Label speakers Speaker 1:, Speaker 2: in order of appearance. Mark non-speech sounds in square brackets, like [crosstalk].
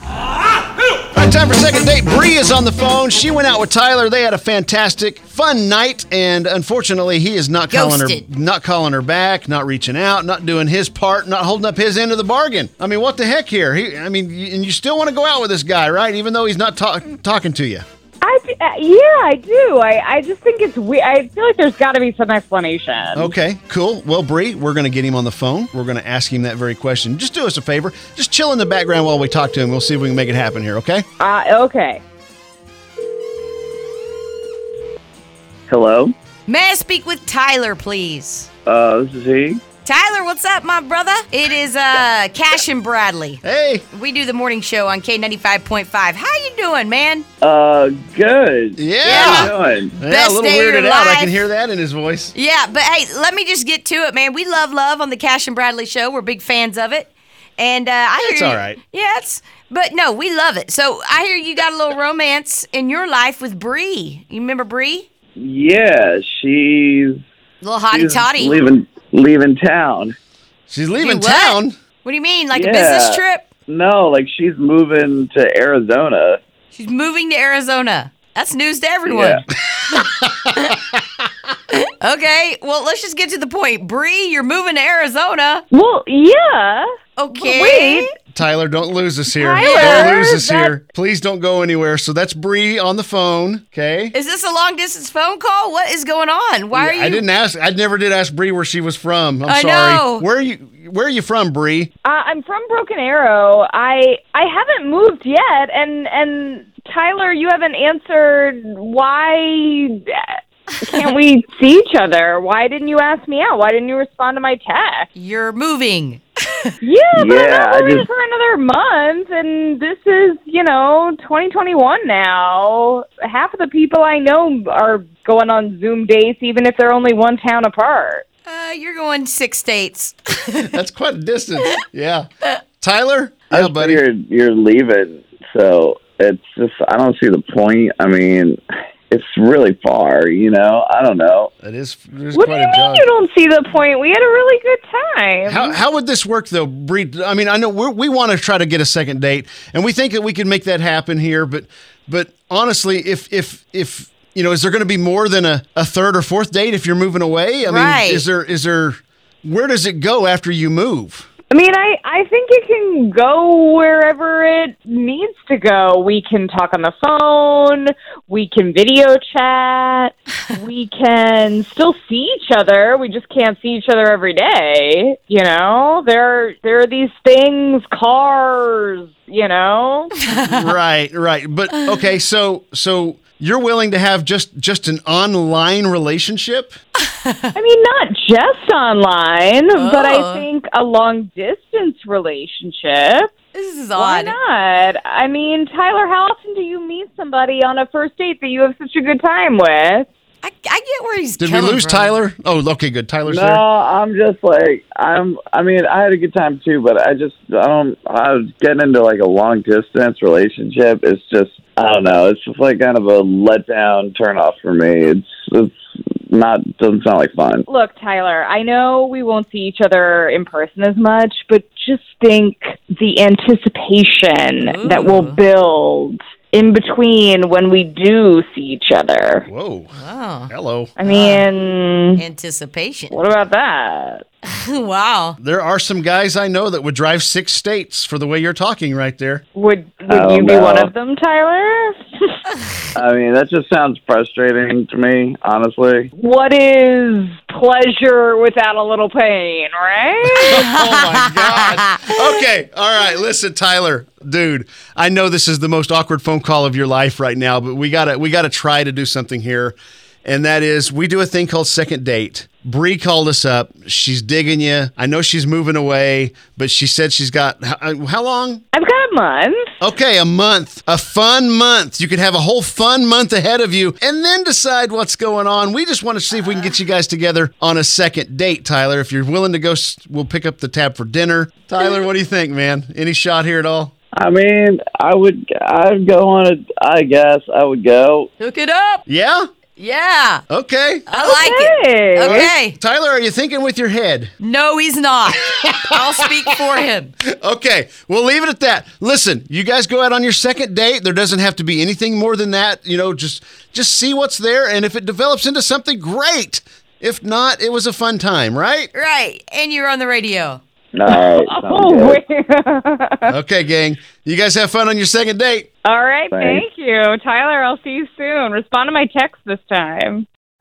Speaker 1: All right, time for second date. Bree is on the phone. She went out with Tyler. They had a fantastic, fun night, and unfortunately, he is not calling
Speaker 2: Ghosted.
Speaker 1: her, not calling her back, not reaching out, not doing his part, not holding up his end of the bargain. I mean, what the heck here? He, I mean, you, and you still want to go out with this guy, right? Even though he's not talk, talking to you.
Speaker 3: I d- uh, yeah, I do. I, I just think it's weird. I feel like there's got to be some explanation.
Speaker 1: Okay, cool. Well, Bree, we're going to get him on the phone. We're going to ask him that very question. Just do us a favor. Just chill in the background while we talk to him. We'll see if we can make it happen here. Okay.
Speaker 3: Uh, okay.
Speaker 4: Hello.
Speaker 2: May I speak with Tyler, please?
Speaker 4: Uh, this is he.
Speaker 2: Tyler, what's up, my brother? It is uh Cash and Bradley.
Speaker 1: Hey.
Speaker 2: We do the morning show on K95.5. How you doing, man?
Speaker 4: Uh, good.
Speaker 1: Yeah.
Speaker 4: How you doing?
Speaker 1: Yeah,
Speaker 2: Best
Speaker 1: a little
Speaker 2: day of
Speaker 1: weirded
Speaker 2: your
Speaker 1: out. I
Speaker 2: life.
Speaker 1: can hear that in his voice.
Speaker 2: Yeah, but hey, let me just get to it, man. We love love on the Cash and Bradley show. We're big fans of it. And uh, I hear
Speaker 1: It's
Speaker 2: you-
Speaker 1: all right.
Speaker 2: Yeah, it's but no, we love it. So I hear you got a little romance in your life with Bree. You remember Bree?
Speaker 4: Yeah, she's,
Speaker 2: Little hottie
Speaker 4: she's
Speaker 2: toddy.
Speaker 4: leaving leaving town.
Speaker 1: She's leaving
Speaker 2: what?
Speaker 1: town.
Speaker 2: What do you mean? Like a
Speaker 4: Yeah.
Speaker 2: business trip?
Speaker 4: No, like she's moving to Arizona.
Speaker 2: She's moving to Arizona. That's news to everyone.
Speaker 4: Yeah.
Speaker 1: [laughs]
Speaker 2: [laughs] Okay, well, let's just get to the point. Bree, you're moving to Arizona.
Speaker 3: Well, yeah.
Speaker 2: Okay.
Speaker 3: Wait.
Speaker 1: Tyler, don't lose us here.
Speaker 3: Tyler,
Speaker 1: don't lose us
Speaker 3: that-
Speaker 1: here. Please don't go anywhere. So that's Bree on the phone. Okay.
Speaker 2: Is this a long distance phone call? What is going on? Why are you?
Speaker 1: I didn't ask. I never did ask Bree where she was from. I'm
Speaker 2: I
Speaker 1: sorry.
Speaker 2: know.
Speaker 1: Where are you? Where are you from, Bree?
Speaker 3: Uh, I'm from Broken Arrow. I I haven't moved yet, and and Tyler, you haven't answered why. uh, Can't we see each other? Why didn't you ask me out? Why didn't you respond to my text?
Speaker 2: You're moving.
Speaker 3: Yeah, but
Speaker 4: Yeah, I
Speaker 3: I'm not moving
Speaker 4: just-
Speaker 3: for another month, and this is you know 2021 now. Half of the people I know are going on Zoom dates, even if they're only one town apart.
Speaker 2: Uh, you're going six states.
Speaker 1: That's quite a
Speaker 3: [laughs]
Speaker 1: distance. yeah. Tyler.
Speaker 4: I
Speaker 1: Yeah,
Speaker 4: just
Speaker 1: buddy.
Speaker 4: figured You're, leaving, so it's just I don't see the point. I mean, it's really far. You know, I don't know.
Speaker 1: That is. There's
Speaker 3: What do
Speaker 1: quite
Speaker 3: you
Speaker 1: a
Speaker 3: mean
Speaker 1: jog.
Speaker 3: you don't see the point? We had a really good time.
Speaker 1: How, how would this work though, Bree? I mean, I know we're, we want to try to get a second date, and we think that we can make that happen here. But but honestly, if if if you know, is there going to be more than a, a third or fourth date if you're moving away? I
Speaker 2: Right.
Speaker 1: mean, is there is there where does it go after you move?
Speaker 3: I mean, I, I think it can go wherever it needs to go. We can talk on the phone. We can video chat. we can still see each other. We just can't see each other every day. You know, there there are these things, cars. You know,
Speaker 1: right, right. But okay, so so you're willing to have just just an online relationship?
Speaker 3: I mean, not just online, but
Speaker 2: Oh.
Speaker 3: I think a long distance relationship.
Speaker 2: This is
Speaker 3: Why
Speaker 2: odd.
Speaker 3: not? I mean, Tyler, how often do you meet somebody on a first date that you have such a good time with?
Speaker 2: I, I get where he's.
Speaker 1: Did we
Speaker 2: coming
Speaker 1: lose
Speaker 2: from.
Speaker 1: Tyler? Oh, okay, good. Tyler's
Speaker 4: No, I'm just like I'm. I mean, I had a good time too, but I just I don't. I was getting into like a long distance relationship. It's just I don't know. It's just like kind of a letdown, turn off for me. It's it's not doesn't sound like fun.
Speaker 3: Look, Tyler, I know we won't see each other in person as much, but just think the anticipation that will
Speaker 2: Ooh.
Speaker 3: build in between when we do see each other.
Speaker 1: there. Whoa.
Speaker 2: Oh,
Speaker 1: Hello.
Speaker 3: I mean,
Speaker 2: anticipation. [laughs]
Speaker 3: what about that?
Speaker 2: wow.
Speaker 1: There are some guys I know that would drive six states for the way you're talking right there.
Speaker 3: Would would
Speaker 4: Oh,
Speaker 3: you be
Speaker 4: no.
Speaker 3: one of them, [laughs] Tyler?
Speaker 4: I mean, that just sounds frustrating to me, honestly.
Speaker 3: what is pleasure without a little pain, [laughs] right?
Speaker 1: Oh my God. Okay. All right. Listen, Tyler, dude, I know this is the most awkward phone call of your life right now, but we gotta we gotta try to do something here. and that is we do a thing called second date. Bree called us up. She's digging you. I know she's moving away, but she said she's got uh, how, how long?
Speaker 3: I've got a month.
Speaker 1: Okay, a month. A fun month. You could have a whole fun month ahead of you and then decide what's going on. We just want to see if we can get you guys together on a second date, Tyler. If you're willing to go, s- we'll pick up the tab for dinner. Tyler, what do you think, man? Any shot here at all?
Speaker 4: I mean, I would, I'd go on it. I guess I would go.
Speaker 2: Hook it up.
Speaker 1: Yeah?
Speaker 2: Yeah.
Speaker 1: Okay.
Speaker 2: I like it.
Speaker 3: Hey.
Speaker 2: Okay.
Speaker 1: Tyler, are you thinking with your head?
Speaker 2: No, he's not. I'll speak for him.
Speaker 1: Okay, we'll leave it at that. Listen, you guys go out on your second date. There doesn't have to be anything more than that. You know, just just see what's there, and if it develops into something, great. If not, it was a fun time, right?
Speaker 2: Right. And you're on the radio.
Speaker 4: All right. sounds
Speaker 3: [laughs] Oh,
Speaker 4: good.
Speaker 1: Okay, gang. You guys have fun on your second date.
Speaker 3: All right,
Speaker 4: Thanks.
Speaker 3: thank you, Tyler. I'll see you soon. Respond to my text this time.